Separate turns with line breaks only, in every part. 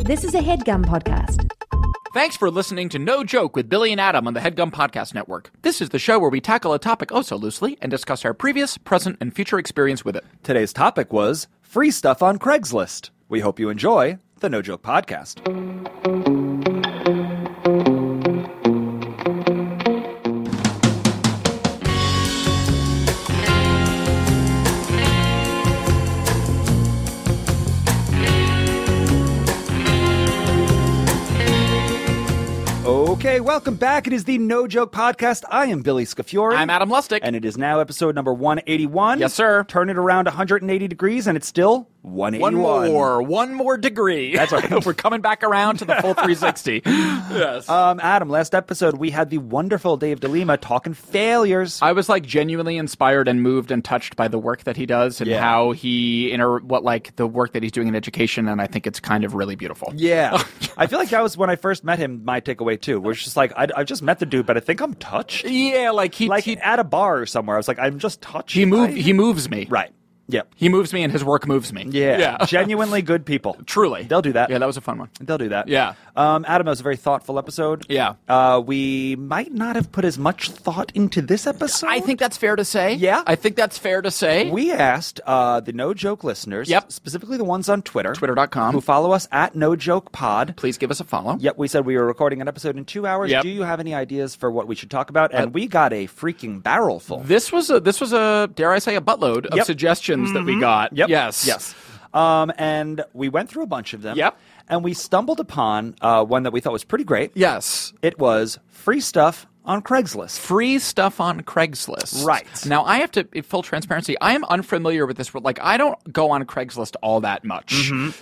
This is a headgum podcast.
Thanks for listening to No Joke with Billy and Adam on the HeadGum Podcast Network. This is the show where we tackle a topic oh so loosely and discuss our previous, present, and future experience with it.
Today's topic was free stuff on Craigslist. We hope you enjoy the No Joke Podcast. Okay, welcome back. It is the No Joke Podcast. I am Billy Scafiore.
I'm Adam Lustig.
And it is now episode number 181.
Yes, sir.
Turn it around 180 degrees, and it's still 181.
one more, one more degree. That's
right.
We're coming back around to the full Uh, 360. yes.
Um, Adam, last episode we had the wonderful Dave DeLima talking failures.
I was like genuinely inspired and moved and touched by the work that he does and
Yeah.
how he inter what like the work that he's doing in education and I think it's kind of really beautiful.
yeah, I feel like that was when I first met him. My takeaway too was just like I, I just met the dude, but I think I'm touched.
Yeah, like he
Like
he,
at a bar or somewhere, I was like, I'm just touched.
he move
I-
he moves me.
right. Yep.
He moves me and his work moves me.
Yeah.
Yeah.
Genuinely good people.
Truly.
They'll do that.
Yeah, that was a fun one.
They'll do that.
Yeah.
Um, Adam, that was a very thoughtful episode.
Yeah.
Uh, we might not have put as much thought into this episode.
I think that's fair to say.
Yeah?
I think that's fair to say.
We asked uh, the No Joke listeners,
Yep.
specifically the ones on Twitter, um,
Twitter.com.
who follow us at No Joke Pod.
Please give us a follow.
Yep, we said we were recording an episode in two hours.
Yep. Uh,
Do you have any ideas for what we should talk about? And we got a freaking barrel full.
This was a this was a dare I say a buttload of
Yep. Mm-hmm.
suggestions that we got.
Yep.
Yes.
Yes. Um, and we went through a bunch of them.
Yep.
And we stumbled upon uh, one that we thought was pretty great.
Yes.
It was free stuff on Craigslist.
free stuff on Craigslist.
Right.
Now, I have to, in full transparency, I am unfamiliar with this. Like, I don't go on Craigslist all that much.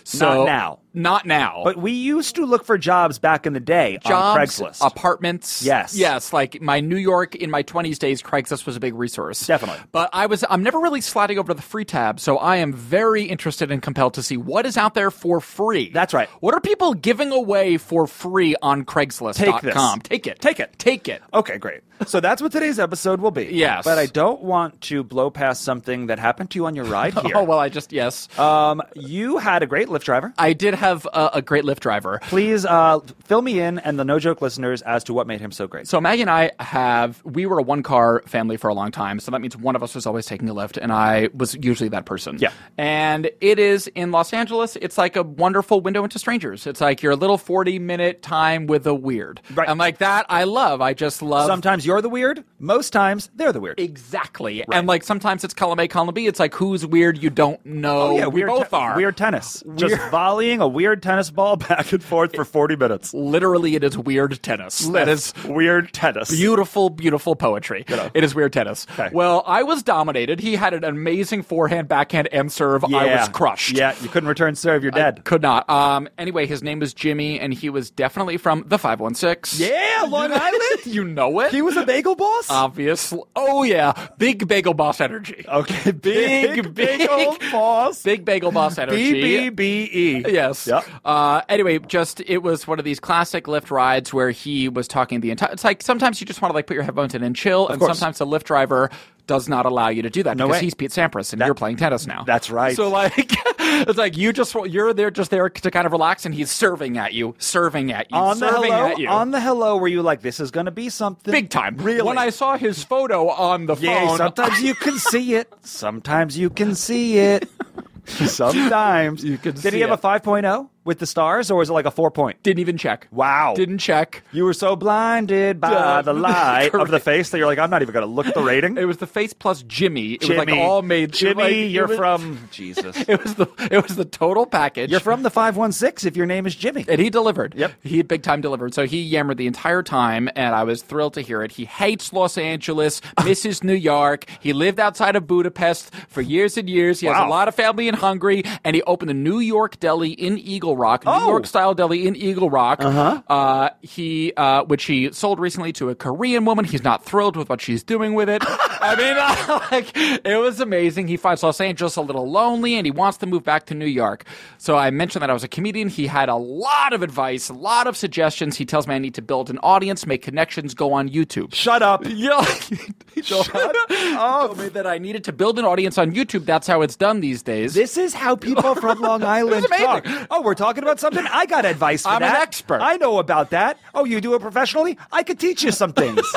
So,
Mm-hmm. Not now.
Not now.
But Uh, we used to look for jobs back in the day on
Jobs,
Um, Craigslist.
apartments.
Yes.
Yes. Like my New York in my 20s days, Craigslist was a big resource.
Definitely.
But I was, I'm never really sliding over to the free tab. So I am very interested and compelled to see what is out there for free.
That's right.
What are people giving away for free on
Take this.
Craigslist.com? Take it.
Take it.
Take it.
Okay, great. So that's what today's episode will be.
Yes.
But I don't want to blow past something that happened to you on your ride here.
Oh, well, I just, yes.
Um, you had a great Lyft driver.
I did have a, a great Lyft driver.
Please uh, fill me in and the no joke listeners as to what made him so great.
So Maggie and I have we were a one car family for a long time, so that means one of us was always taking a lift, and I was usually that person.
Yeah.
And it is in Los Angeles. It's like a wonderful window into strangers. It's like your little forty minute time with a weird.
Right.
And like that, I love. I just love.
Sometimes you're the weird. Most times they're the weird.
Exactly, and like sometimes it's column A, column B. It's like who's weird you don't know. we
Oh, weird
both
te-
are
Weird tennis. Just volleying a weird tennis ball back and forth for 40 minutes.
Literally, it is weird tennis. That is
weird tennis.
beautiful, beautiful poetry. It is weird tennis.
Okay.
Well, I was dominated. He had an amazing forehand, backhand, and serve. I was crushed.
Yeah, you couldn't return serve. You're dead.
Could not. Um. Anyway, his name was Jimmy, and he was definitely from the five one six.
yeah, Long Island.
you know it.
He was a bagel boss.
Uh, obvious. Oh yeah, big bagel boss energy.
okay, big,
big,
bagel
big-
boss.
Big bagel boss energy.
B B E.
Yes.
Yep.
Uh, anyway, just it was one of these classic Lyft rides where he was talking the entire. It's like sometimes you just want to like put your headphones in and chill, and
course.
sometimes the Lyft driver does not allow you to do that
No
because
way.
he's Pete Sampras and you're playing tennis now.
that's right.
So like, it's like you just you're there just there to kind of relax, and he's serving at you, serving at you,
On the
serving
hello,
at you.
on the hello, were you like, this is going to be something
Big time.
Really?
When I saw his photo on the
yeah,
phone,
sometimes you can see it. Sometimes you can see it. Sometimes you
can
Did
see
he have
it.
a 5.0 with the stars, or is it like a four point?
didn't even check.
Wow.
Didn't check.
You were so blinded by
Yeah.
the lie of the face that you're like, I'm not even going to look at the rating.
It was the face plus Jimmy. It was like all made. it was
Jimmy,
like- it
you're
was-
from Jesus.
It was the it was the total package.
You're from the 516 if your name is Jimmy.
And he delivered.
Yep.
He big time delivered. So he yammered the entire time, and I was thrilled to hear it. He hates Los Angeles, misses New York. He lived outside of Budapest for years and years. He has a
Wow.
lot of family in Hungary, and he opened a New York deli in Eagle Rock, New
Oh.
York style deli in Eagle Rock. Uh-huh. Uh, he, uh, which he sold recently to a Korean woman. He's not thrilled with what she's doing with it. I mean, like, it was amazing. He finds Los Angeles a little lonely, and he wants to move back to New York. So I mentioned that I was a comedian. He had a lot of advice, a lot of suggestions. He tells me I need to build an audience, make connections, go on YouTube.
Shut up.
Yeah, he told, told me that I needed to build an audience on YouTube. That's how it's done these days.
This is how people from Long Island
amazing.
talk. Oh, we're talking about something, I got advice for
I'm an
that.
expert.
I know about that. Oh, you do it professionally? I could teach you some things.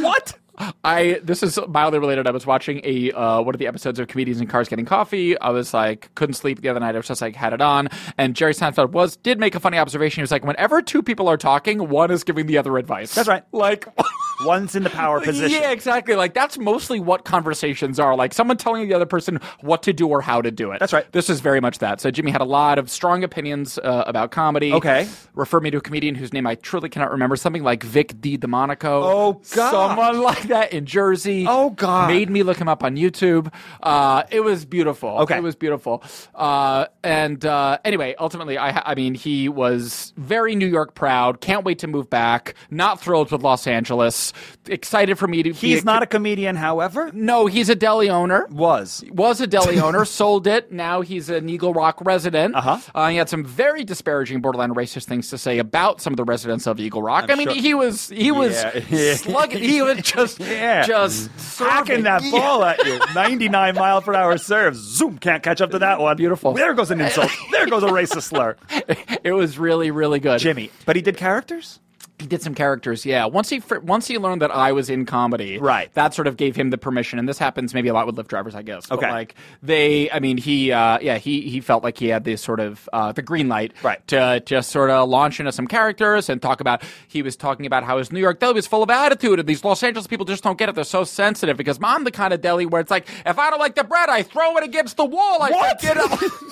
what?
I this is mildly related. I was watching a uh, one of the episodes of Comedians in Cars Getting Coffee. I was like, couldn't sleep the other night. I was just like, had it on. And Jerry Seinfeld was did make a funny observation. He was like, whenever two people are talking, one is giving the other advice.
That's right.
Like.
One's in the power position.
Yeah, exactly. Like that's mostly what conversations are. Like someone telling the other person what to do or how to do it.
That's right.
This is very much that. So Jimmy had a lot of strong opinions uh, about comedy.
Okay.
Refer me to a comedian whose name I truly cannot remember. Something like Vic D. DeMonico.
Oh, God.
Someone like that in Jersey.
Oh, God.
Made me look him up on YouTube. Uh, it was beautiful.
Okay.
It was beautiful. Uh, and uh, anyway, ultimately, I, I mean, he was very New York proud. Can't wait to move back. Not thrilled with Los Angeles. Excited for me to. be
He's not a comedian, however.
no, he's a deli owner.
Was.
Was a deli owner, sold it. Now he's an Eagle Rock resident.
Uh-huh.
Uh, he had some very disparaging, borderline racist things to say about some of the residents of Eagle Rock. i mean,
sure-
he was he was
Yeah.
slug- he was just
Yeah.
just
Hacking
serving.
that
Yeah.
ball at you. 99 mile per hour serve. Zoom. Can't catch up to that one.
Beautiful.
There goes an insult. There goes a racist slur.
It was really really good.
Jimmy. But he did characters?
he did some characters yeah once he fr- once he learned that i was in comedy
Right.
that sort of gave him the permission and this happens maybe a lot with lift drivers i guess but
Okay.
like they i mean he uh yeah he he felt like he had this sort of uh the green light
Right.
to just sort of launch into some characters and talk about he was talking about how his new york deli was full of attitude and these los angeles people just don't get it they're so sensitive because i'm the kind of deli where it's like if i don't like the bread i throw it against the wall i
What?
get it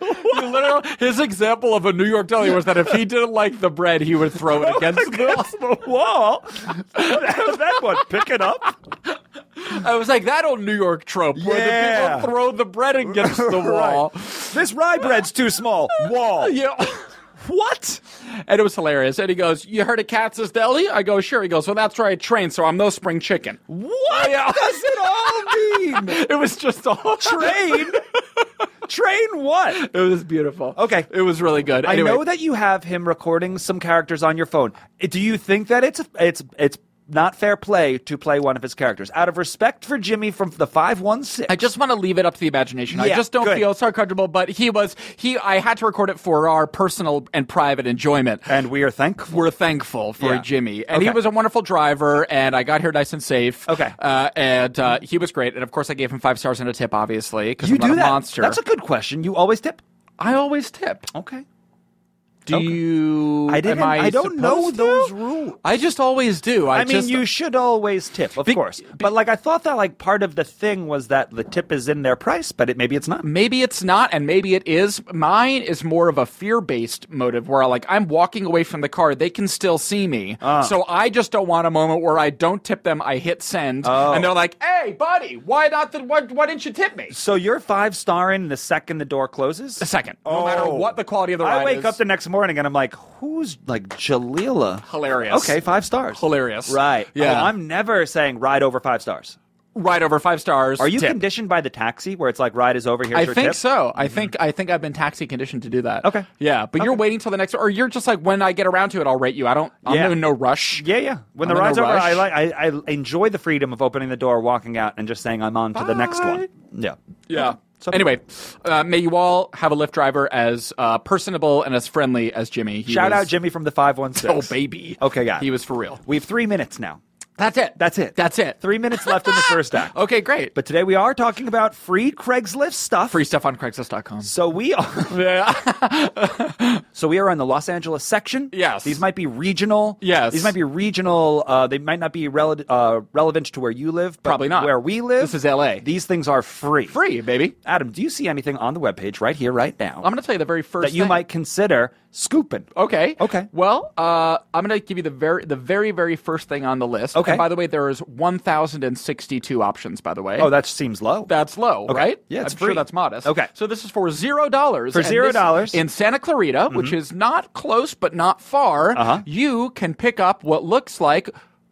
You literally, his example of a New York deli was that if he didn't like the bread, he would throw
Oh
it against the wall.
the wall. How's that one? Pick it up.
I was like, that old New York trope where the
Yeah.
people throw the bread against the wall.
This rye bread's too small. Wall.
Yeah.
What?
And it was hilarious. And he goes, You heard of Katz's Deli? I go, Sure. He goes, Well, that's where I train, so I'm no spring chicken.
What
Yeah.
does it all mean?
It was just all
Train? Train what?
It was beautiful.
Okay.
It was really good. Anyway,
I know that you have him recording some characters on your phone. Do you think that it's it's it's not fair play to play one of his characters out of respect for Jimmy from the five one six?
I just want to leave it up to the imagination. I
Yeah,
just don't
good.
feel so comfortable, but he was, he, I had to record it for our personal and private enjoyment.
And we are thankful.
we're thankful for
Yeah.
Jimmy, and he
Okay.
was a wonderful driver. And I got here nice and safe.
Okay.
uh, and uh, he was great. And of course, I gave him five stars and a tip, obviously, because
You
I'm not
do
a
that.
monster.
That's a good question. You always tip.
I always tip.
Okay.
Do
Okay.
you?
I didn't-
Am I,
I don't know
supposed to?
those rules.
I just always do. I,
I mean,
just-
you should always tip, of
Be-
course.
be-
but like, I thought that like part of the thing was that the tip is in their price, but it maybe it's not.
Maybe it's not, and maybe it is. Mine is more of a fear-based motive, where like I'm walking away from the car, they can still see me,
Ah.
so I just don't want a moment where I don't tip them. I hit send,
Oh.
and they're like, "Hey, buddy, why not? The, why, why didn't you tip me?"
So you're five starring the second the door closes.
a second, no matter what the quality of the ride
Oh. I wake
is.
up the next morning and I'm like, who's like Jalila?
Hilarious.
Okay, five stars.
Hilarious.
Right.
Yeah.
Oh, I'm never saying ride over five stars.
right over five stars.
Are you
tip.
conditioned by the taxi where it's like ride is over here?
I think so. I think I think I've been taxi conditioned to do that.
Mm-hmm. Okay.
Yeah, but you're waiting till the next, or you're just like, when I get around to it, I'll rate you. I don't. I'm
Yeah.
in no rush.
Yeah, yeah. When
I'm in
the
a
ride's over,
rush.
I like I, I enjoy the freedom of opening the door, walking out, and just saying I'm on to the next one. Yeah.
Yeah.
So-
anyway, uh, may you all have a Lyft driver as uh, personable and as friendly as Jimmy. He
Shout
was-
out Jimmy from the five one
Oh
six.
baby.
Okay, yeah.
He was for real.
We have three minutes now.
That's it.
That's it.
That's it.
Three minutes left in the first act.
Okay, great.
But today we are talking about free Craigslist stuff.
free stuff on Craigslist.com.
So we are.
Yeah.
So we are on the Los Angeles section.
Yes.
These might be regional.
Yes.
These might be regional. Uh, they might not be rel- uh, relevant to where you live. But
Probably not.
Where we live.
This is LA.
These things are free.
Free baby.
Adam, do you see anything on the webpage right here, right now,
I'm Oh, going to tell you the very first
that you
thing.
might consider scooping?
Okay.
Okay.
Well, uh, I'm going to give you the very, the very, very first thing on the list.
Okay.
And by the way, there is 1,062 options. By the way.
Oh, that seems low.
That's low, right?
Yeah, it's
I'm
free.
sure that's modest.
Okay.
So this is for zero dollars.
For
and
zero
this-
dollars. Mm-hmm.
in Santa Clarita, which is not close but not far.
Uh-huh.
You can pick up what looks like.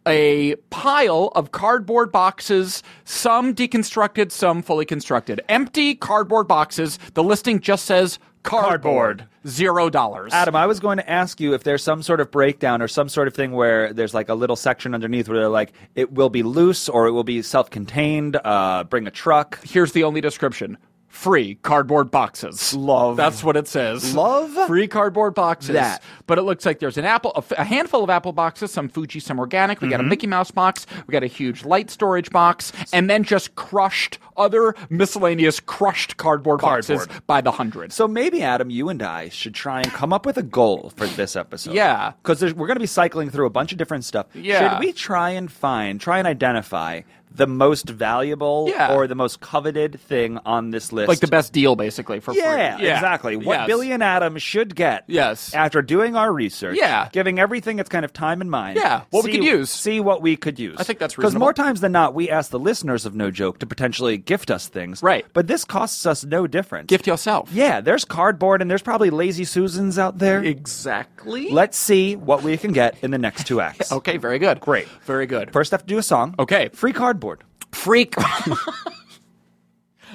A pile of cardboard boxes, some deconstructed, some fully constructed. Empty cardboard boxes. The listing just says cardboard.
Cardboard.
Zero dollars.
Adam, I was going to ask you if there's some sort of breakdown or some sort of thing where there's like a little section underneath where they're like, it will be loose or it will be self contained, uh, bring a truck.
here's the only description free cardboard boxes.
Love.
That's what it says.
Love
free cardboard boxes.
that.
But it looks like there's an apple, a, f- a handful of apple boxes, some Fuji, some organic. We got a
Mm-hmm.
Mickey Mouse box. We got a huge light storage box, and then just crushed other miscellaneous crushed cardboard, boxes
Cardboard.
by the hundred.
So maybe Adam, you and I should try and come up with a goal for this episode.
Yeah.
because we're going to be cycling through a bunch of different stuff.
Yeah.
should we try and find, try and identify the most valuable
Yeah.
or the most coveted thing on this list?
like the best deal, basically for
Yeah,
free. Yeah.
exactly. What
Yes.
Billy and Adam should get.
Yes.
After doing our research.
Yeah.
Giving everything its kind of time and mind.
Yeah, what we
see-
could use.
See what we could use.
I think that's
Because more
reasonable.
times than not, we ask the listeners of No Joke to potentially gift us things.
Right.
But this costs us no difference.
Gift yourself.
Yeah, there's cardboard and there's probably lazy Susans out there.
Exactly.
Let's see what we can get in the next two acts.
okay. Very good.
Great.
Very good.
First, have to do a song.
Okay.
Free cardboard.
Free.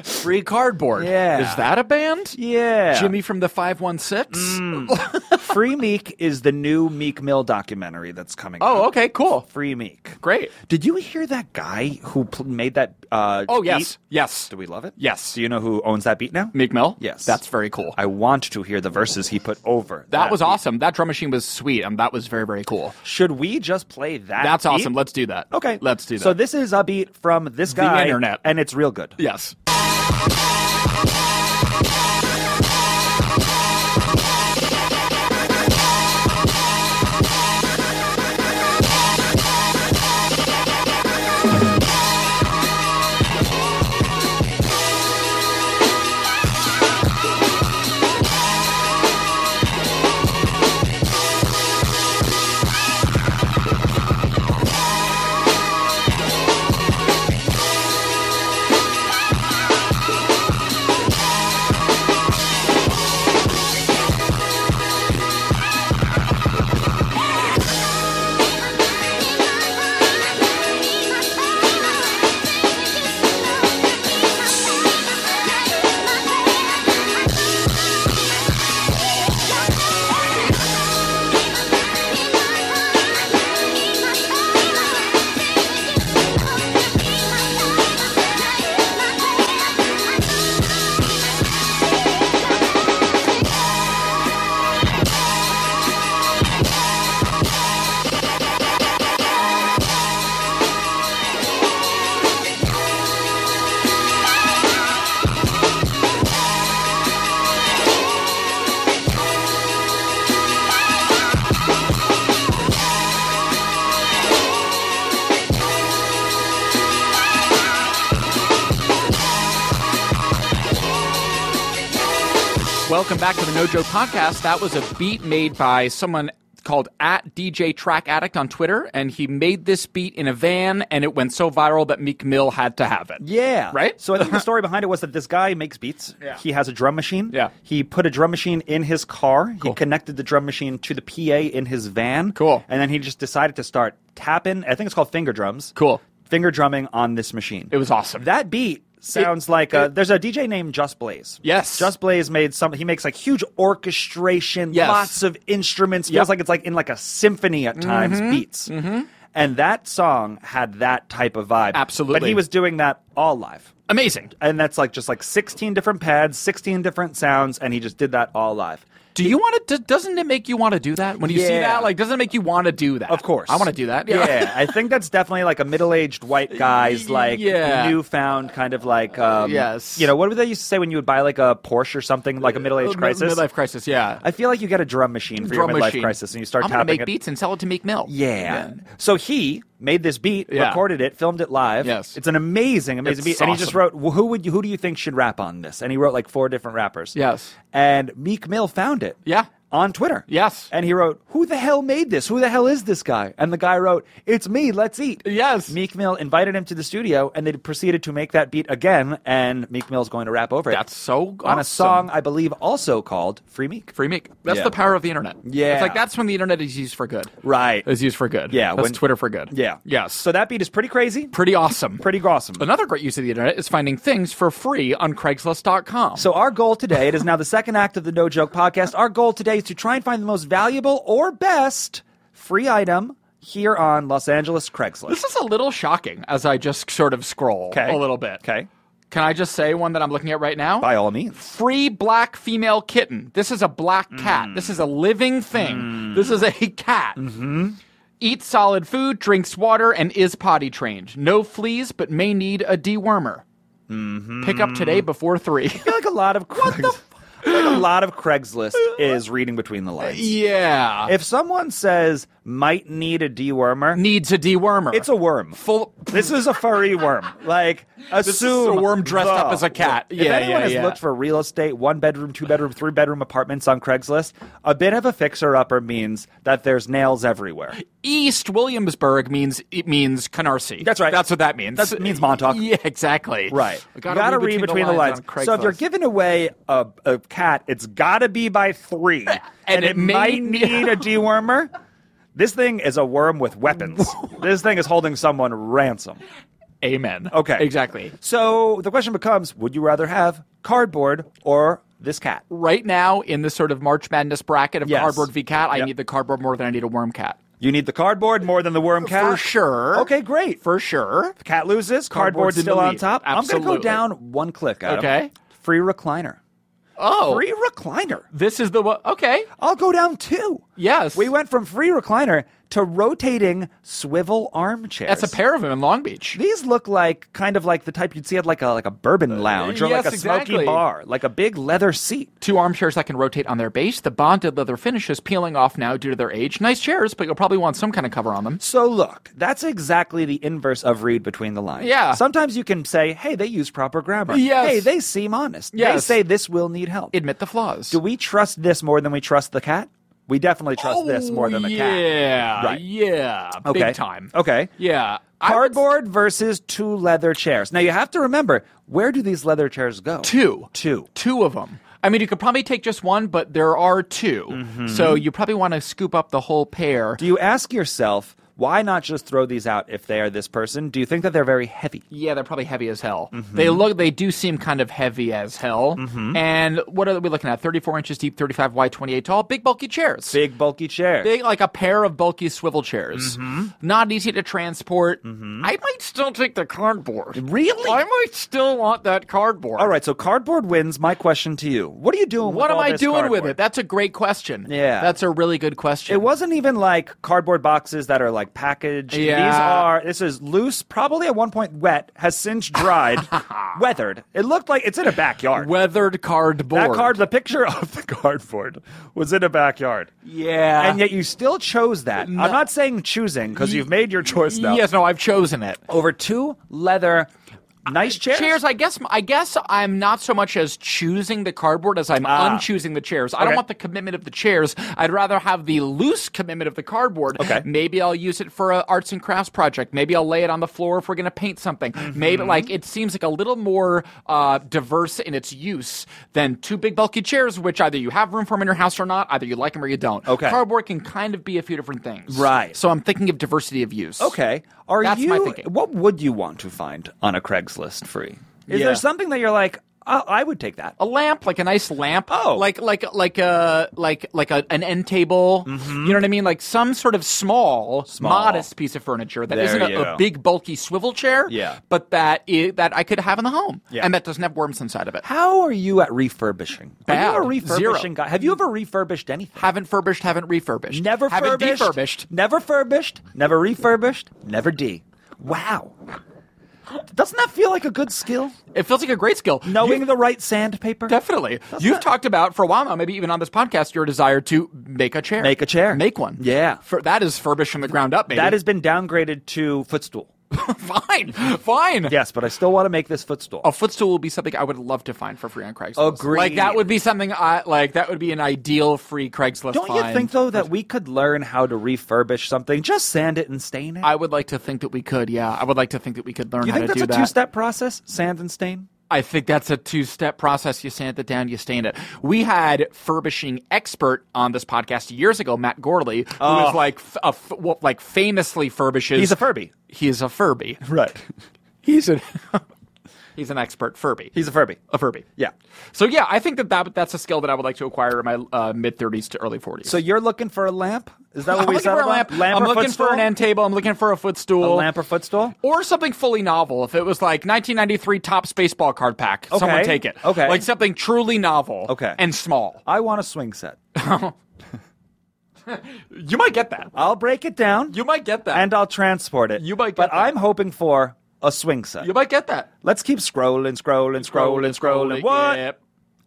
Free cardboard.
Yeah.
Is that a band?
Yeah. Mm.
Jimmy from the 516?
Free Meek is the new Meek Mill documentary that's coming
Oh,
out.
okay, cool.
Free Meek.
Great.
Did you hear that guy who pl- made that? Uh,
Oh, yes.
beat?
Yes.
Do we love it?
Yes.
Do you know who owns that beat now?
Meek Mill?
Yes.
That's very cool.
I want to hear the verses he put over.
that was
beat.
awesome. That drum machine was sweet, and that was very, very cool.
Should we just play that?
That's
beat?
awesome. Let's do that.
Okay.
Let's do that.
So this is a beat from this guy.
internet.
and it's real good.
yes. Welcome back to the No Joke Podcast. That was a beat made by someone called at DJ Track Addict on Twitter, and he made this beat in a van, and it went so viral that Meek Mill had to have it.
Yeah.
Right?
So I think the story behind it was that this guy makes beats.
Yeah.
He has a drum machine.
Yeah.
He put a drum machine in his car. He connected the drum machine to the PA in his van.
Cool.
And then he just decided to start tapping. I think it's called finger drums.
Cool.
Finger drumming on this machine.
It was awesome.
That beat sounds like a,
it-
there's a DJ named Just Blaze.
Yes.
Just Blaze made some. He makes like huge orchestration,
Yes.
lots of instruments.
Yep.
Feels like it's like in like a symphony at times. Beats. Mm-hmm. And that song had that type of vibe. But
Absolutely.
he was doing that all live.
Amazing.
And that's like just like 16 different pads, 16 different sounds, and he just did that all live.
Do you want to? Doesn't it make you want to do that when you see
Yeah.
that? Like, doesn't it make you want to do that?
Of course.
I want to do that.
Yeah. I think that's definitely like a middle aged white guy's like
Yeah.
newfound kind of like, um,
Yes.
you know, what would they used to say when you would buy like a Porsche or something, like a middle
Uh,
aged crisis?
Midlife crisis. Yeah.
I feel like you get a drum machine for your midlife crisis and you start
I'm gonna
tapping
make
it.
beats and sell it to Meek Mill.
Yeah. So he made this beat,
Yeah.
recorded it, filmed it live.
Yes.
It's an amazing, amazing
It's
beat. And he just
awesome.
wrote, "Wh- "Who would you, who do you think should rap on this?" And he wrote like four different rappers.
Yes.
And Meek Mill found it.
Yeah.
On Twitter.
Yes.
And he wrote, "Who the hell made this? Who the hell is this guy?" And the guy wrote, "It's me. Let's eat."
Yes.
Meek Mill invited him to the studio, and they proceeded to make that beat again. And Meek Mill's going to rap over it.
That's so
on a
awesome.
song I believe also called "Free Meek."
Free Meek. That's
Yeah.
the power of the internet.
Yeah.
It's like that's when the internet is used for good.
Right.
Is used for good.
Yeah,
That's
when-
Twitter for good.
Yeah.
Yes.
So that beat is pretty crazy.
pretty awesome.
pretty awesome.
Another great use of the internet is finding things for free on Craigslist.com.
So our goal today, it is now the second act of the No Joke podcast. Our goal today is to try and find the most valuable or best free item here on Los Angeles Craigslist.
this is a little shocking as I just sort of scroll
Okay.
a little bit.
Okay.
Can I just say one that I'm looking at right now?
By all means.
Free black female kitten. This is a black cat. This is a
Mm.
living thing. This is a cat.
Mm-hmm.
Eats solid food, drinks water, and is potty trained. No fleas, but may need a dewormer.
Mm-hmm.
Pick up today before three.
I feel like a lot of Craigs- I feel like a lot of Craigslist is reading between the lines.
yeah.
If someone says might need a dewormer,
needs a dewormer.
it's a worm.
full.
This is a furry worm. Like assume
is a worm dressed
the
up as a cat.
worm.
Yeah,
if anyone
yeah,
has
yeah.
looked for real estate, one bedroom, two bedroom, three bedroom apartments on Craigslist, a bit of a fixer upper means that there's nails everywhere.
East Williamsburg means it means Canarsie.
That's right.
That's what that means.
That's- it means Montauk.
Yeah, exactly.
Right.
I
you gotta read, between, the lines.
on
so if you're
Craigslist.
giving away a, a cat, it's gotta be by three. and,
it
it
may
might
ne-
need a dewormer. This thing is a worm with weapons. this thing is holding someone ransom.
Amen.
Okay.
Exactly.
So the question becomes would you rather have cardboard or this cat?
Right now, in this sort of March Madness bracket of
Yes.
cardboard v cat, I
Yep.
need the cardboard more than I need a worm cat.
You need the cardboard more than the worm cat?
For sure.
Okay, great.
For sure.
cat loses,
Cardboard's
cardboard's
in the
still on
lead.
top. I'm gonna go
Absolutely.
down one click. Adam.
Okay.
Free recliner.
Oh,
Free recliner.
this is the one. Okay.
I'll go down two.
Yes.
We went from free recliner to rotating swivel armchairs.
That's a pair of them in Long Beach.
These look like kind of like the type you'd see at like a like a bourbon lounge or
Uh, yes,
like a smoky
exactly.
bar, like a big leather seat.
Two armchairs that can rotate on their base. The bonded leather finish is peeling off now due to their age. Nice chairs, but you'll probably want some kind of cover on them.
So look, that's exactly the inverse of read between the lines.
Yeah.
Sometimes you can say, "Hey, they use proper grammar.
Yes.
Hey, they seem honest. They
Yes.
say this will need help."
Admit the flaws.
Do we trust this more than we trust the cat? We definitely trust this more than the cat.
Oh, Yeah,
Right.
yeah,
Okay.
big time.
Okay.
Yeah, I would
Cardboard versus two leather chairs. Now you have to remember, where do these leather chairs go?
say two,
Two.
two of them. I mean, you could probably take just one, but there are 2 so you probably want to scoop up the whole pair.
Mm-hmm. Do you ask yourself, why not just throw these out if they are this person? Do you think that they're very heavy?
Yeah, they're probably heavy as hell.
Mm-hmm.
They look, they do seem kind of heavy as hell. And what are we looking at? Thirty-four inches deep, thirty-five wide, twenty-eight tall. Big bulky chairs.
Big bulky chair.
Big, like a pair of bulky swivel chairs.
Mm-hmm.
Not easy to transport. I might still take the cardboard.
Really?
I might still want that cardboard.
All right, so cardboard wins. My question to you: What are you doing?
What
with
am
all
I
this
doing
cardboard?
with it? That's a great question.
Yeah.
That's a really good question.
It wasn't even like cardboard boxes that are like packaged. These
Yeah.
are this is loose, probably at one point wet, has since dried, weathered. It looked like it's in a backyard.
weathered cardboard.
that card, the picture of the cardboard was in a backyard.
Yeah.
and yet you still chose that. I'm not saying choosing because you've made your choice now.
Yes, no, I've chosen it.
over two leather, nice chairs.
Chairs, I guess I guess I'm not so much as choosing the cardboard as I'm
Ah.
unchoosing the chairs. I
Okay.
don't want the commitment of the chairs. I'd rather have the loose commitment of the cardboard.
Okay.
Maybe I'll use it for an arts and crafts project. Maybe I'll lay it on the floor if we're going to paint something.
Mm-hmm.
Maybe like it seems like a little more uh, diverse in its use than two big bulky chairs, which either you have room for them in your house or not. Either you like them or you don't.
Okay.
Cardboard can kind of be a few different things.
Right.
So I'm thinking of diversity of use.
Okay. Are
That's
you?
my thinking.
What would you want to find on a Craigslist free? Is
Yeah.
there something that you're like? Oh, I would take that.
a lamp, like a nice lamp.
Oh.
like like like a like like a, an end table.
Mm-hmm.
You know what I mean? Like some sort of small, modest piece of furniture that
There
not
you
a,
go.
a big bulky swivel chair.
Yeah.
but that i that I could have in the home,
Yeah.
and that doesn't have worms inside of it.
How are you at refurbishing? Are you a
Bad. Zero.
refurbishing guy? Have you ever refurbished anything?
Haven't furbished, haven't refurbished,
Never
haven't
furbished.
defurbished.
Never furbished. Never refurbished. Never D. Wow. Doesn't that feel like a good skill?
It feels like a great skill.
Knowing
You-
the right sandpaper?
Definitely. You've talked about for a while now, maybe even on this podcast, your desire to make a chair.
Make a chair.
Make one.
Yeah.
For, that is furbish from the ground up, maybe.
That has been downgraded to footstool.
fine. Fine.
Yes, but I still want to make this footstool.
a footstool will be something I would love to find for free on Craigslist.
Agreed.
Like that would be something I like. That would be an ideal free Craigslist.
Don't you
find.
think though that we could learn how to refurbish something? Just sand it and stain it.
I would like to think that we could. Yeah, I would like to think that we could learn
you
how
think
to
that's
do
a
that.
two-step process? Sand and stain.
I think that's a two-step process. You sand it down, you stain it. We had furbishing expert on this podcast years ago, Matt Gorley, who
Oh.
is like f- a f- well, like famously furbishes.
He's a Furby.
He is a Furby.
Right.
He's a. He's an expert Furby.
He's a Furby.
a Furby.
Yeah.
So yeah, I think that, that that's a skill that I would like to acquire in my uh, mid 30s to early 40s.
So you're looking for a lamp? Oh, Is that what
I'm
we
looking
said?
for a
about?
lamp. I'm
or
looking
footstool?
for an end table. I'm looking for a
A
footstool.
lamp or footstool?
Or something fully novel. If it was like 1993 Topps baseball card pack, someone
Okay.
take it.
Okay.
Like something truly novel.
Okay.
And small.
I want a swing set.
You might get that.
I'll break it down
You might get that.
and uh, I'll transport it.
You might get
But
that.
I'm hoping for a swing set.
you might get that.
Let's keep scrolling, scrolling, scrolling, scrolling. What?
Yep.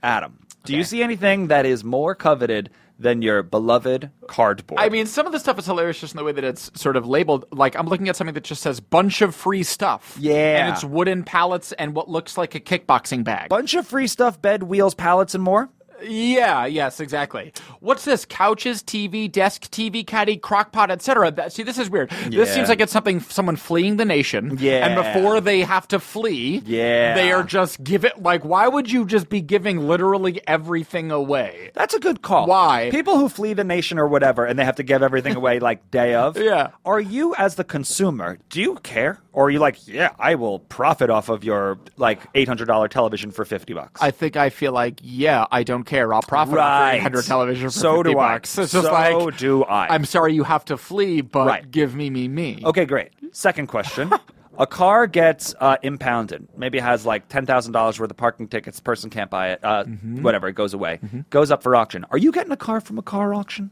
Adam, do you
Okay.
see anything that is more coveted than your beloved cardboard?
I mean, some of the stuff is hilarious just in the way that it's sort of labeled. Like, I'm looking at something that just says bunch of free stuff.
Yeah.
And it's wooden pallets and what looks like a kickboxing bag.
bunch of free stuff, bed, wheels, pallets, and more.
Yeah, yes, exactly. What's this? Couches, TV, desk, TV caddy, crockpot, etc. That- See, this is weird. This
Yeah.
seems like it's something someone fleeing the nation.
Yeah.
And before they have to flee,
Yeah.
they are just give it like why would you just be giving literally everything away?
That's a good call.
Why?
People who flee the nation or whatever and they have to give everything away like day of.
Yeah.
Are you as the consumer, do you care? Or are you like, yeah, I will profit off of your like $800 television for 50 bucks?
I think I feel like, yeah, I don't care. I'll profit
Right.
off 300 television for
So
50
do I.
bucks. It's just
So
like,
do I.
I'm sorry you have to flee, but
Right.
give me, me, me.
Okay, great. Second question. a car gets uh, impounded. Maybe it has like $10,000 worth of parking tickets. person can't buy it. Uh,
Mm-hmm.
Whatever, it goes away. Goes up for auction. Are you getting a car from a car auction?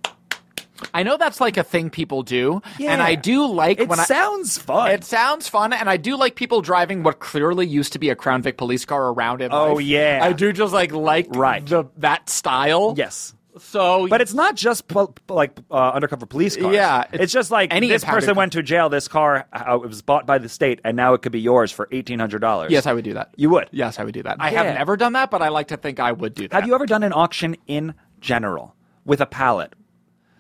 I know that's like a thing people do, and
Yeah.
I do like
It
when I.
sounds fun.
It sounds fun, and I do like people driving what clearly used to be a Crown Vic police car around in
Oh,
life.
yeah.
I do just like like
Right.
the that style.
yes.
So,
But it's not just pol- like uh, undercover police cars.
Yeah,
it's, just like
any
this
impounded
person
car.
went to jail. This car uh, it was bought by the state, and now it could be yours for eighteen hundred dollars.
yes, I would do that.
You would?
Yes, I would do that. I
Yeah.
have never done that, but I like to think I would do that.
Have you ever done an auction in general with a pallet?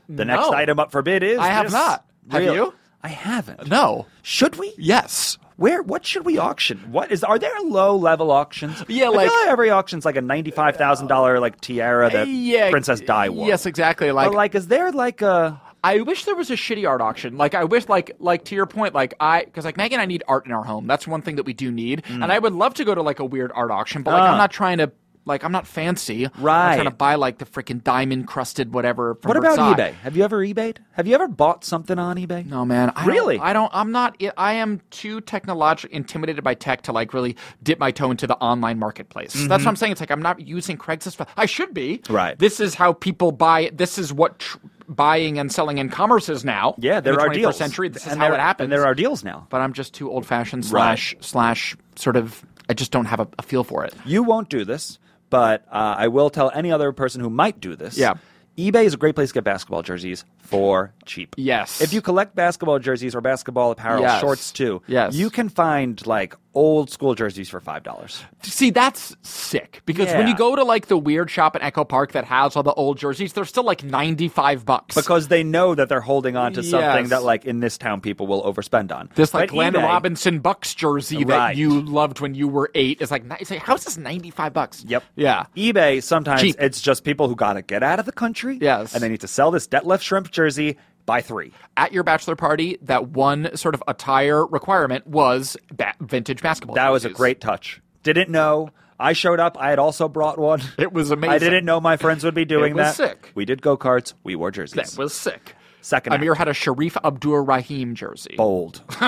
The next
No.
item up for bid is
I have
this.
not. Have
Really?
you?
I haven't.
No.
Should we?
Yes.
Where? What should we auction? What is? Are there low level auctions?
Yeah,
I feel
like-
every auction's like a ninety five thousand dollar like tiara that
yeah.
Princess Di wore.
Yes, exactly. Like,
But like, is there like a?
I wish there was a shitty art auction. Like I wish, like like to your point, like I because like Megan, and I need art in our home. That's one thing that we do need, and I would love to go to like a weird art auction, but like
Mm. Ah.
I'm not trying to. Like I'm not fancy.
Right.
I'm trying to buy like the freaking diamond crusted whatever. From
What about
Versailles.
eBay? Have you ever eBayed? Have you ever bought something on eBay?
No Oh, man, I don't-
Really?
I don't. I'm not. I- I am too technologically intimidated by tech to like really dip my toe into the online marketplace. That's what I'm saying. It's like I'm not using Craigslist. for- I should be.
Mm-hmm. Right.
This is how people buy. This is what tr- buying and selling in commerce is now.
Yeah,
in
there
the
are
21st
deals.
Century. This is
And
how
there-
it happens.
And there are deals now.
But I'm just too old fashioned slash slash sort of. I just don't have a, a feel for it.
You won't do this, but uh, I will tell any other person who might do this.
Yeah.
eBay is a great place to get basketball jerseys for cheap.
Yes.
If you collect basketball jerseys or basketball apparel,
Yes.
shorts too,
Yes.
you can find like old school jerseys for five dollars.
See, that's sick because when
Yeah.
you go to like the weird shop in Echo Park that has all the old jerseys, they're still like ninety five bucks.
Because they know that they're holding on to something
Yes.
that like in this town people will overspend on.
This like
But
Glenn
eBay-
Robinson Bucks jersey
Right.
that you loved when you were eight is like, ni- it's like how is this ninety five bucks?
Yep.
Yeah.
eBay sometimes
Cheap.
it's just people who gotta get out of the country.
Yes.
And they need to sell this detlef shrimp jersey by three.
At your bachelor party, that one sort of attire requirement was ba- vintage basketball.
That was a
jerseys.
great touch. Didn't know. I showed up. I had also brought one.
It was
I
amazing.
didn't know my friends would be doing
was
that.
sick.
We did go karts. We wore jerseys.
That was sick.
Second
Amir
act.
had a Sharif Abdur Rahim jersey.
bold,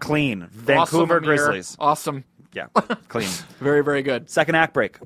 clean.
Awesome,
Vancouver
Amir.
Grizzlies.
Awesome.
Yeah, clean.
Very very good.
Second act break.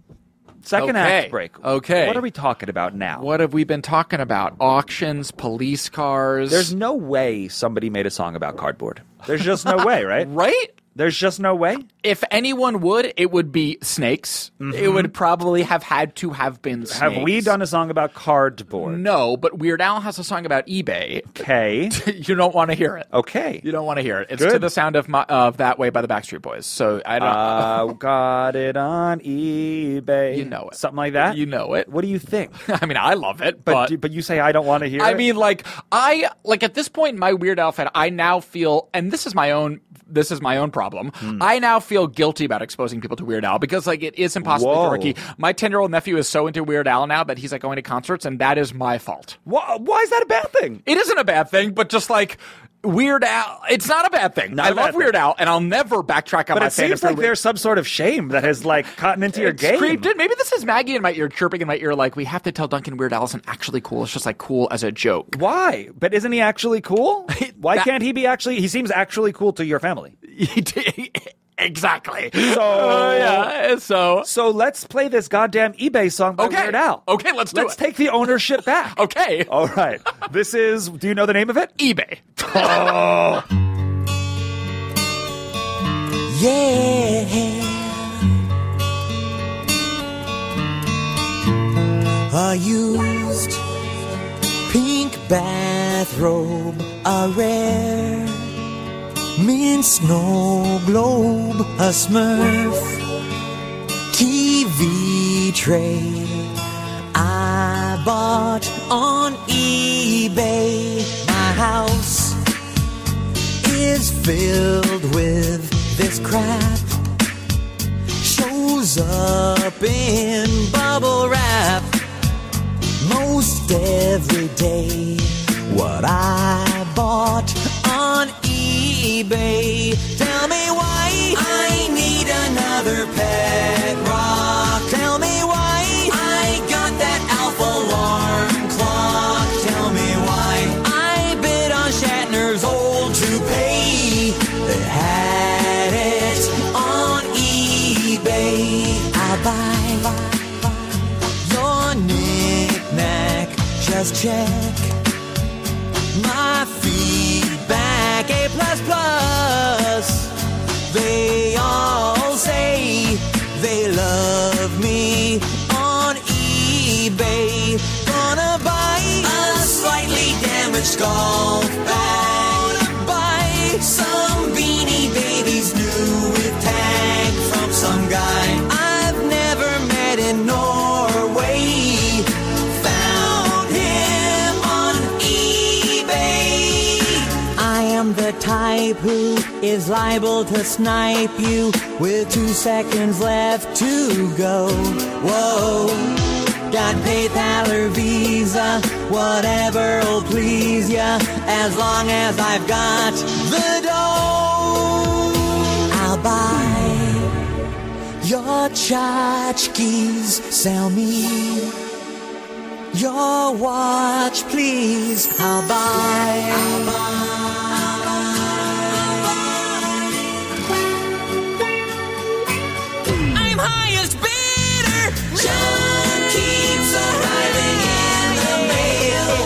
Second
Okay.
act break.
Okay.
What are we talking about now?
What have we been talking about? Auctions, police cars.
There's no way somebody made a song about cardboard. There's just no way, right?
right.
There's just no way.
If anyone would, it would be snakes. It would probably have had to have been snakes.
Mm-hmm. Have we done a song about cardboard?
No, but Weird Al has a song about eBay.
Okay.
you don't want to hear it.
Okay.
You don't want to hear it. It's to
Good.
the sound of my, of That Way by the Backstreet Boys. So I don't.
I Uh, got it on eBay.
You know it.
Something like that.
You know it.
What do you think?
I mean, I love it,
But
but.
do- but you say I don't want to hear.
I
it?
mean, like I like at this point in my Weird Al fan, I now feel, and this is my own, this is my own problem.
Hmm.
I now feel guilty about exposing people to Weird Al because like it is impossibly
Whoa.
dorky. My ten year old nephew is so into Weird Al now that he's like going to concerts, and that is my fault.
Wha- why, is that a bad thing?
It isn't a bad thing, but just like Weird Al. It's not a bad thing.
Not
I
a bad
love
thing.
Weird Al, and I'll never backtrack on
But
my
it
fandom
seems
for
like
Weird-
there's some sort of shame that has like gotten into your
It's
game.
Creeped in. Maybe this is Maggie in my ear chirping in my ear, like we have to tell Duncan Weird Al isn't actually cool. It's just like cool as a joke.
Why? But isn't he actually cool? Why
That-
can't he be actually? He seems actually cool to your family.
exactly.
So-
Uh, yeah. So
So let's play this goddamn eBay song by
Okay.
Weird Al.
Okay, let's do
let's
it.
take Oh. the ownership back.
okay.
All right. This is. Do you know the name of it?
eBay.
Yeah. A used pink bathrobe, a rare mint snow globe, a smurf TV tray. I bought on eBay my house is filled with this crap. Shows up in bubble wrap most every day. What I bought on eBay. Tell me why I need another pet rock. Tell me why I got that alpha alarm clock. Tell me why I bid on Shatner's old toupee. They had it on eBay. I buy, buy, buy your knick-knack. Just check my feedback. A plus plus. They all say they love me on eBay. Gonna buy a slightly damaged golf bag. Gonna buy some beanie babies new with tag from some guy I've never met in Norway. Found him on eBay. I am the type who is liable to snipe you with two seconds left to go. Whoa. Got PayPal or Visa, whatever'll please ya, as long as I've got the dough. I'll buy your tchotchkes, sell me your watch, please. I'll buy. I'll buy. I'm highest bidder. John keeps arriving in the mail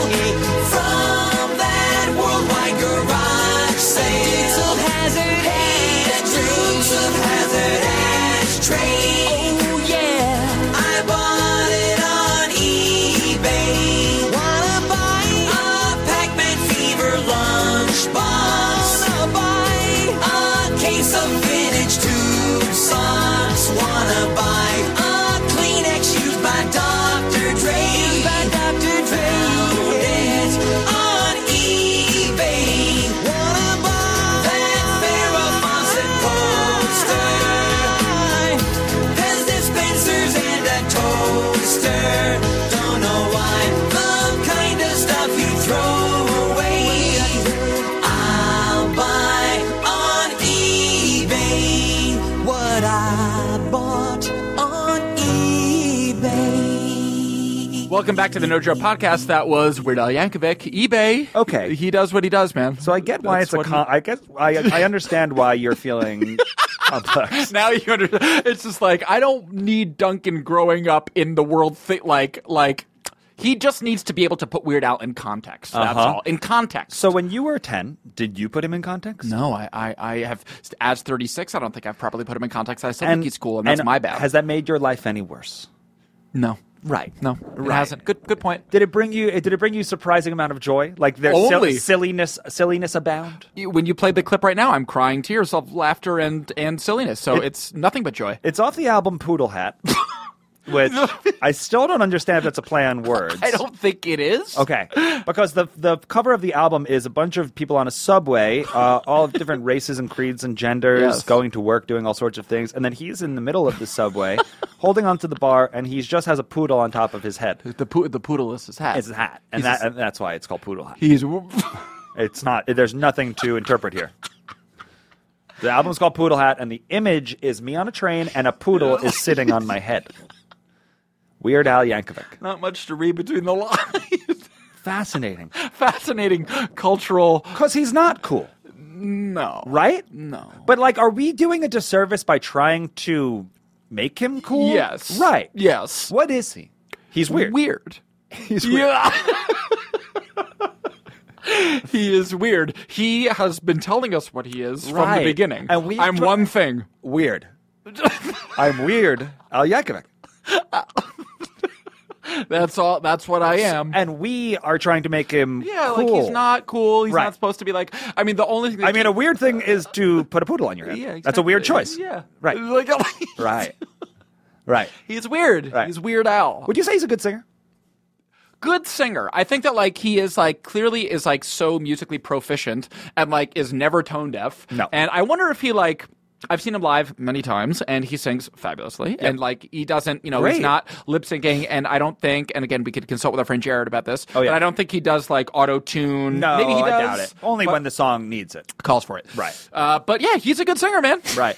from that worldwide garage sale. Dukes of Hazard, Dukes of Hazard ashtray. Oh yeah, I bought it on eBay. Wanna buy a Pac-Man fever lunchbox? Wanna buy a case of vintage tube socks? Wanna buy a Kleenex used by Dr. Dre? By Dr. Dre. Found it on eBay. Wanna buy that Farrah Fawcett poster? Pens, dispensers, and a toaster. Don't know why. The kind of stuff you throw away. I'll buy on eBay what I bought on eBay.
Welcome back to the No Joke Podcast. That was Weird Al Yankovic, eBay.
Okay.
He does what he does, man.
So I get why
That's
it's a.
what he-
Con- I guess I, I understand why you're feeling complex.
now you understand. It's just like I don't need Duncan growing up in the world. Thi- like, like he just needs to be able to put Weird Al in context. That's
Uh-huh.
all. In context.
So when you were ten, did you put him in context?
no, I, I, I have as thirty six. I don't think I've properly put him in context. I still
And
think he's cool, and that's my bad.
Has that made your life any worse?
no,
Right.
no, it hasn't. Good, good point.
Did it bring you? Did it bring you surprising amount of joy? Like there's
Only.
sil- silliness, silliness abound.
You- When you played the clip right now, I'm crying tears of laughter and and silliness. So it's nothing but joy.
It's off the album Poodle Hat, which I still don't understand if that's a play on words.
I don't think it is.
Okay, because the the cover of the album is a bunch of people on a subway, uh, all of different races and creeds and genders,
Yes.
going to work, doing all sorts of things, and then he's in the middle of the subway, holding onto the bar, and he just has a poodle on top of his head.
The, po- the poodle is his hat.
It's a hat, and,
He's
that, and that's why it's called Poodle Hat.
He's
It's not. There's nothing to interpret here. The album's called Poodle Hat, and the image is me on a train, and a poodle is sitting on my head. Weird Al Yankovic.
Not much to read between the lines.
Fascinating.
Fascinating cultural.
Because he's not cool,
No.
right?
No.
But, like, are we doing a disservice by trying to make him cool?
Yes.
Right.
Yes.
What is he? He's weird.
Weird.
He's
Yeah. he is weird. He has been telling us what he is from the
Right.
beginning.
And we-
I'm one thing.
Weird. I'm weird. Al Yankovic.
That's all. That's what I am.
And we are trying to make him
Um, yeah, like
cool.
he's not cool. He's
Right.
not supposed to be like. I mean, the only thing.
I mean, a weird thing is to put a poodle on your head.
yeah, exactly.
That's a weird choice.
Yeah,
Right.
Like,
Right. right.
He's weird.
Right.
He's weird Al.
Would you say he's a good singer?
good singer. I think that like he is like clearly is like so musically proficient and like is never tone deaf.
No.
And I wonder if he like I've seen him live many times and he sings fabulously. And like he doesn't, you know,
Great.
he's not lip syncing and I don't think and again we could consult with our friend Jared about this.
Oh, yeah.
But I don't think he does like auto tune. Maybe he does.
I doubt it. Only
but
when the song needs it.
calls for it.
Right.
Uh, but yeah, he's a good singer, man.
Right.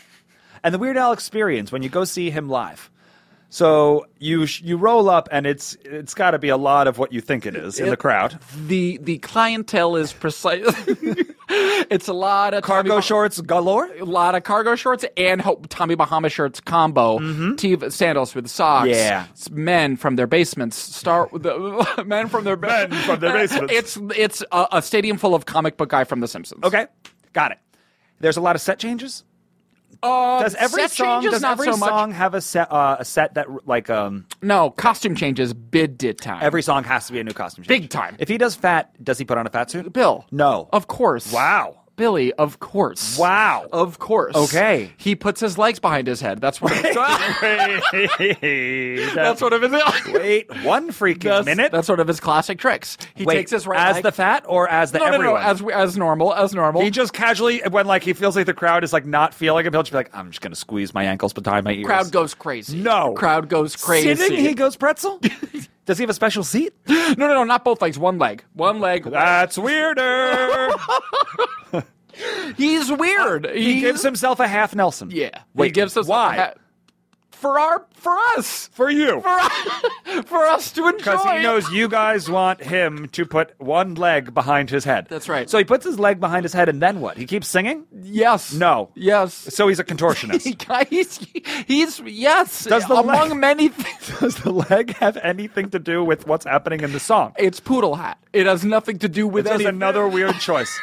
And the Weird Al experience when you go see him live. So you sh- you roll up and it's it's got to be a lot of what you think it is in the crowd.
The the clientele is precise. it's a lot of Tommy
Cargo
Bahama-
shorts galore.
a lot of cargo shorts and ho- Tommy Bahama shirts combo, Teva sandals with socks.
Mm-hmm. Yeah.
S- men from their basements start with the men from their
Men from their basements.
It's it's a, a stadium full of comic book guy from The Simpsons.
Okay, got it. There's a lot of set changes.
Uh,
Does every
set
song
changes
does
not
every
so much.
song have a set uh, a set that like um
No costume changes. Bid did time.
every song has to be a new costume change.
Big time.
If he does fat, does he put on a fat suit?
Bill.
No.
Of course.
Wow.
Billy. Of course.
Wow.
Of course.
Okay.
He puts his legs behind his head. That's what. that's
that's
one of his.
Wait, one freaking
That's,
minute.
that's one of his classic tricks. He
Wait,
takes his right
as
leg-
the fat or as the
no, no, no,
everyone.
as we- as normal, as normal.
he just casually, when like he feels like the crowd is like not feeling him, he'll just be like, "I'm just gonna squeeze my ankles behind my ears."
crowd goes crazy.
No.
crowd goes crazy.
Sitting, he goes pretzel. Does he have a special seat?
no, no, no, not both legs. One leg. One leg.
That's weirder.
He's weird.
he gives himself a half Nelson.
Yeah.
Wait,
he gives us
why?
for our for us
For you.
for, for us to enjoy.
Because he knows you guys want him to put one leg behind his head.
That's right.
So he puts his leg behind his head, and then what? He keeps singing?
Yes.
No.
Yes.
So he's a contortionist.
He- he's, he's yes.
Does the
among
leg-
many things.
Does the leg have anything to do with what's happening in the song?
It's poodle hat. It has nothing to do with
It's just
anything.
another weird choice.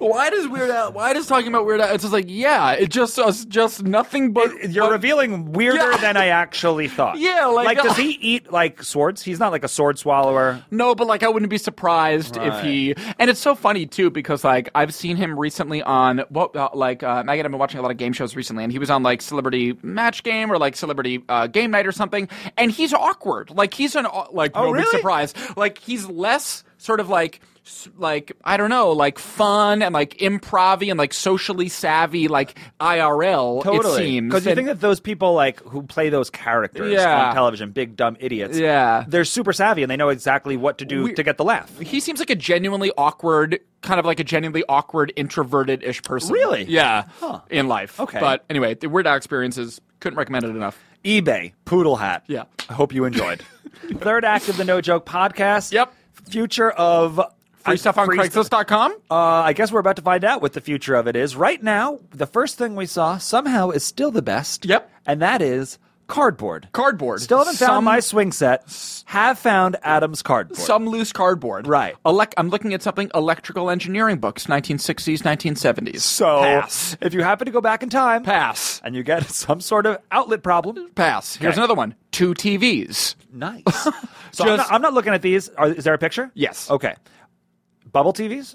Why does Weird Al? Why does talking about Weird Al? It's just like yeah, it just us just nothing but
You're
but-
revealing weirder
Yeah.
than I actually thought.
Yeah, like-
does he eat like swords? He's not like a sword swallower.
No, but like I wouldn't be surprised if
Right.
he. And it's so funny too because like I've seen him recently on what uh, like uh, Maggie and I've been watching a lot of game shows recently, and he was on like Celebrity Match Game or like Celebrity uh, Game Night or something, and he's awkward. Like he's an au- like
Oh,
no big
really?
surprise. Like he's less sort of like. s- Like I don't know, like fun and like improv and like socially savvy, like IRL. it seems
Because you
And-
think that those people like who play those characters
Yeah.
on television, big dumb idiots.
Yeah.
They're super savvy and they know exactly what to do
We-
to get the laugh.
he seems like a genuinely awkward, kind of like a genuinely awkward, introverted ish person.
Really?
Yeah.
Huh.
In life.
Okay.
But anyway, the Weird Al experiences couldn't recommend it enough.
eBay, poodle hat.
Yeah.
I hope you enjoyed. Third act of the No Joke podcast.
Yep.
Future of
Free stuff on
free stuff-
Craigslist.com.
Uh, I guess we're about to find out what the future of it is. Right now, the first thing we saw somehow is still the best.
Yep.
And that is cardboard.
Cardboard.
Still haven't found
Some-
my swing set. Have found Adam's cardboard.
Some loose cardboard.
Right.
Elec- I'm looking at something electrical engineering books, 1960s, 1970s.
so
pass.
if you happen to go back in time
Pass.
and you get some sort of outlet problem,
Pass. Here's
Okay.
another one. Two TVs.
nice. so I'm,
Just-
not, I'm not looking at these. Are, is there a picture?
Yes.
Okay. Bubble TVs?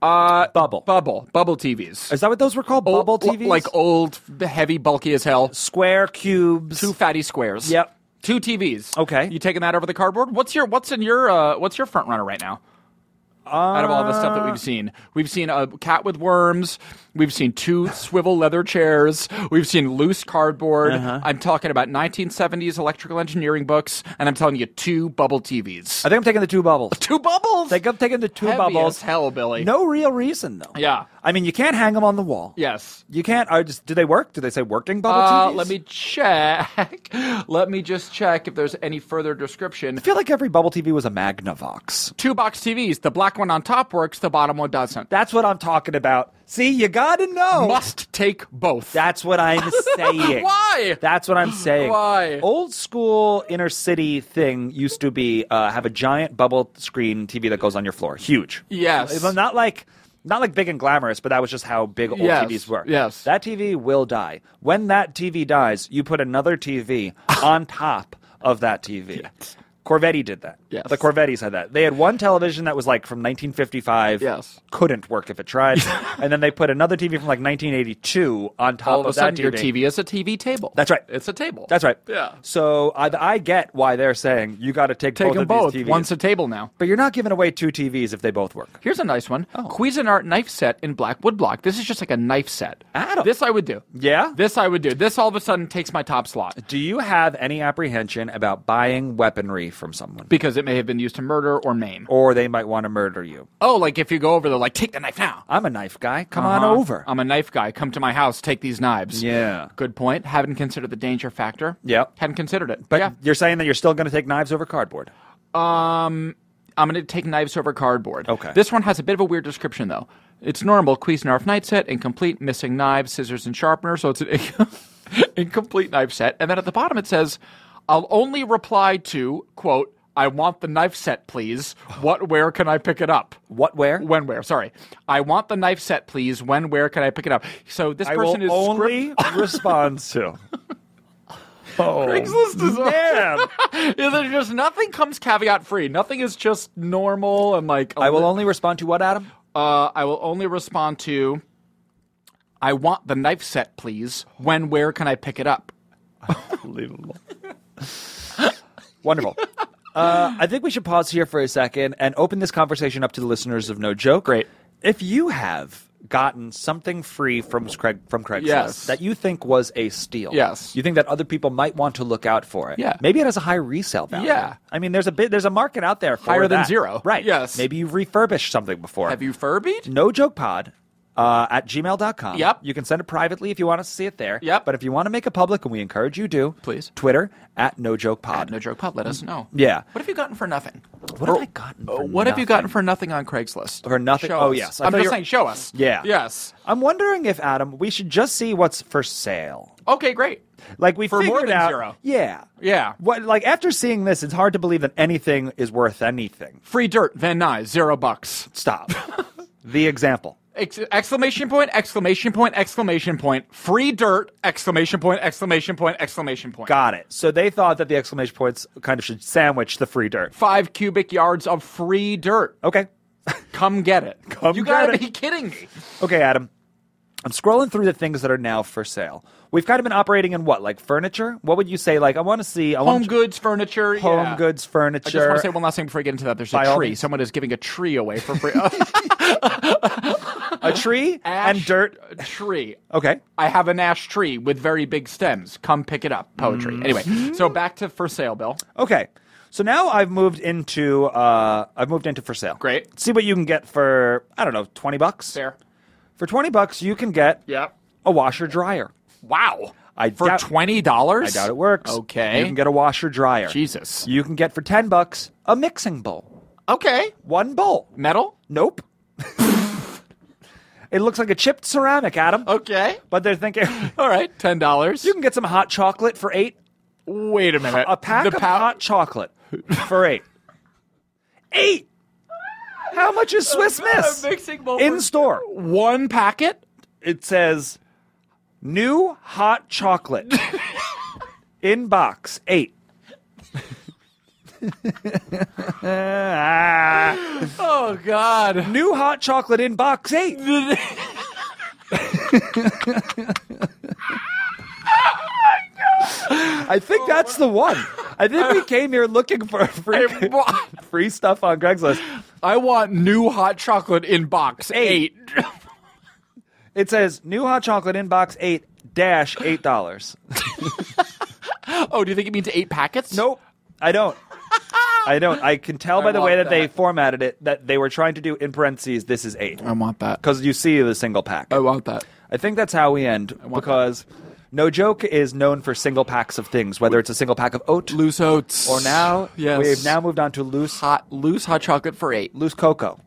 Uh,
Bubble.
bubble. Bubble TVs.
Is that what those were called? Bubble
Ol-
TVs?
Like oh, old, heavy, bulky as hell.
square cubes.
two fatty squares.
Yep.
Two TVs.
Okay.
You taking that over the cardboard? What's your what's in your uh what's your front runner right now? out of all the stuff that
Uh.
we've seen. We've seen a cat with worms. We've seen two swivel leather chairs. We've seen loose cardboard.
Uh-huh.
I'm talking about 1970s electrical engineering books, and I'm telling you, two bubble TVs.
I think I'm taking the two bubbles.
two bubbles?
Think I'm taking the Uh, two
Heavy
bubbles.
as hell, Billy.
No real reason though.
Yeah.
I mean, you can't hang them on the wall.
Yes.
You can't. I just. Do they work? Do they say working bubble
Uh,
TVs?
let me check. Let me just check if there's any further description.
I feel like every bubble TV was a Magnavox.
Two box TVs. The black one on top works. The bottom one doesn't.
That's what I'm talking about. See, you gotta know.
Must take both.
That's what I'm saying.
Why?
That's what I'm saying.
Why?
Old school inner city thing used to be uh, have a giant bubble screen TV that goes on your floor, huge.
Yes.
It's not like not like big and glamorous, but that was just how big old
Yes,
TVs were.
yes.
That TV will die. When that TV dies, you put another TV on top of that TV. Corvetti did that.
Yes.
The Corvettis had that. They had one television that was like from 1955.
Yes.
Couldn't work if it tried. and then they put another TV from like 1982 on top
all of
of
a sudden
that
your TV is a TV table.
That's right.
It's a table.
That's right.
Yeah.
So I, I get why they're saying you got to take,
Take
both
them
of
both.
these TVs.
Once a table now.
but you're not giving away two TVs if they both work.
Here's a nice one.
Oh.
Cuisinart knife set in black wood block. This is just like a knife set.
Adam.
This I would do.
Yeah?
This I would do. This all of a sudden takes my top slot
Do you have any apprehension about buying weaponry from someone?
because it may have been used to murder or maim.
or they might want to murder you.
Oh, like if you go over, they're like, take the knife now.
I'm a knife guy. Come
Uh-huh.
on over.
I'm a knife guy. Come to my house. Take these knives.
Yeah.
Good point. Haven't considered the danger factor.
Yep.
Hadn't considered it.
but
yeah.
you're saying that you're still going to take knives over cardboard.
I'm going to take knives over cardboard.
Okay.
This one has a bit of a weird description, though. It's normal Cuisinart knife set, incomplete, missing knives, scissors, and sharpener. So it's an incomplete knife set. And then at the bottom it says, I'll only reply to, quote, I want the knife set, please. What, where can I pick it up?
What? Where?
When, where? Sorry. I want the knife set, please. When, where can I pick it up? So this
I will
person is script-
only respond to. Oh,
Craigslist is-
man.
Yeah, there's just nothing comes caveat free. Nothing is just normal and like
I will only respond to what, Adam?
Uh, I will only respond to I want the knife set, please. When, where can I pick it up?
Unbelievable. Wonderful. Uh, I think we should pause here for a second and open this conversation up to the listeners of No Joke.
Great.
If you have gotten something free from Craig from Craigslist
Yes.
that you think was a steal,
Yes.
you think that other people might want to look out for it,
Yeah.
maybe it has a high resale value.
Yeah.
I mean, there's a bit, there's a market out there for
Higher than
that.
zero.
right?
Yes.
Maybe you've refurbished something before.
Have you furbied?
No Joke Pod uh, at gmail.com.
Yep.
You can send it privately if you want us to see it there.
Yep.
But if you want to make it public, and we encourage you do,
Please.
Twitter at No Joke Pod.
No joke, Pod. Let us know.
Yeah.
What have you gotten for nothing?
What have I gotten?
Uh,
for
what have you gotten
nothing?
for nothing on Craigslist?
For nothing-
Show
oh,
us.
yes. I
I'm
thought
just
you were-
saying, show us.
Yeah.
Yes.
I'm wondering if, Adam, we should just see what's for sale.
Okay, great.
Like we
For more
figured
than
out,
zero.
yeah,
Yeah.
What like after seeing this, it's hard to believe that anything is worth anything.
Free dirt, Van Nuys, zero bucks.
Stop. the example.
Ex- exclamation point, exclamation point, exclamation point. Free dirt, exclamation point, exclamation point, exclamation point.
Got it. So they thought that the exclamation points kind of should sandwich the free dirt.
Five cubic yards of free dirt.
Okay.
Come get it.
Come
you gotta
get it.
be kidding me.
Okay, Adam. I'm scrolling through the things that are now for sale. We've kind of been operating in what, like furniture? What would you say? Like, I want to see I
Home
wanna-
goods, furniture.
home
yeah.
goods, furniture.
I just want to say one last thing before I get into that. There's
By
a
all
tree.
means.
Someone is giving a tree away for free. Oh.
a tree and
Ash
dirt.
tree.
Okay.
I have an ash tree with very big stems. Come pick it up. Poetry.
Mm.
Anyway, so back to for sale, Bill.
Okay. So now I've moved into uh, I've moved into for sale.
Great.
See what you can get for I don't know twenty bucks.
Fair.
For twenty bucks, you can get
Yeah.
a washer dryer.
Wow.
I
for
doubt-
twenty dollars.
I doubt it works.
Okay.
You can get a washer dryer.
Jesus.
You can get for ten bucks a mixing bowl.
okay.
One bowl.
Metal.
Nope. it looks like a chipped ceramic, Adam.
Okay.
But they're thinking
All right. Ten dollars.
you can get some hot chocolate for eight.
Wait a minute.
A pack
the
of
pow-
hot chocolate for eight. eight. How much is Swiss Miss
A mixing bowl
in
for-
store?
One packet.
It says new hot chocolate in box eight.
Oh God.
New hot chocolate in box eight. I think that's the one. I think we came here looking for free,
Hey, what?
free stuff on Craigslist.
I want new hot chocolate in box eight.
Eight. It says new hot chocolate in box eight dash eight dollars.
oh, do you think it means eight packets?
Nope, I don't. I don't. I can tell by
I
the way
want
that, they
that.
formatted it that they were trying to do in parentheses. This is eight
I want that.
because you see the single pack.
I want that.
I think that's how we end
want
because no joke is known for single packs of things, whether it's a single pack of oat
Loose oats.
or now
yes.
we've now moved on to loose
hot loose hot chocolate for eight
loose cocoa.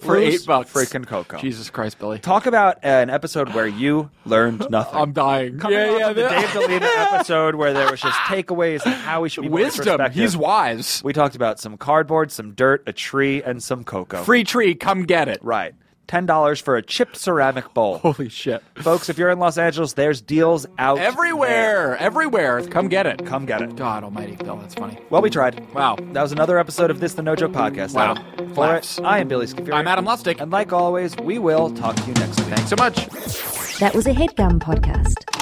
for
Loose
eight bucks.
freaking cocoa.
Jesus Christ, Billy.
Talk about an episode where you learned nothing.
I'm dying.
Coming off of the
the-
Dave Delina episode where there was just takeaways and how we should be more
wisdom.
perspective.
He's wise.
We talked about some cardboard, some dirt, a tree, and some cocoa.
Free tree, come get it.
Right. $10 for a chipped ceramic bowl.
Holy shit.
Folks, if you're in Los Angeles, there's deals out there.
Everywhere, everywhere. Come get it.
Come get it.
God almighty, Bill, that's funny.
Well, we tried.
Wow.
That was another episode of This the No Joke Podcast.
Wow.
Adam. For
Claps.
it, I am Billy Scafuri.
I'm Adam Lustig.
And like always, we will talk to you next week.
Thanks so much.
That was a headgum podcast.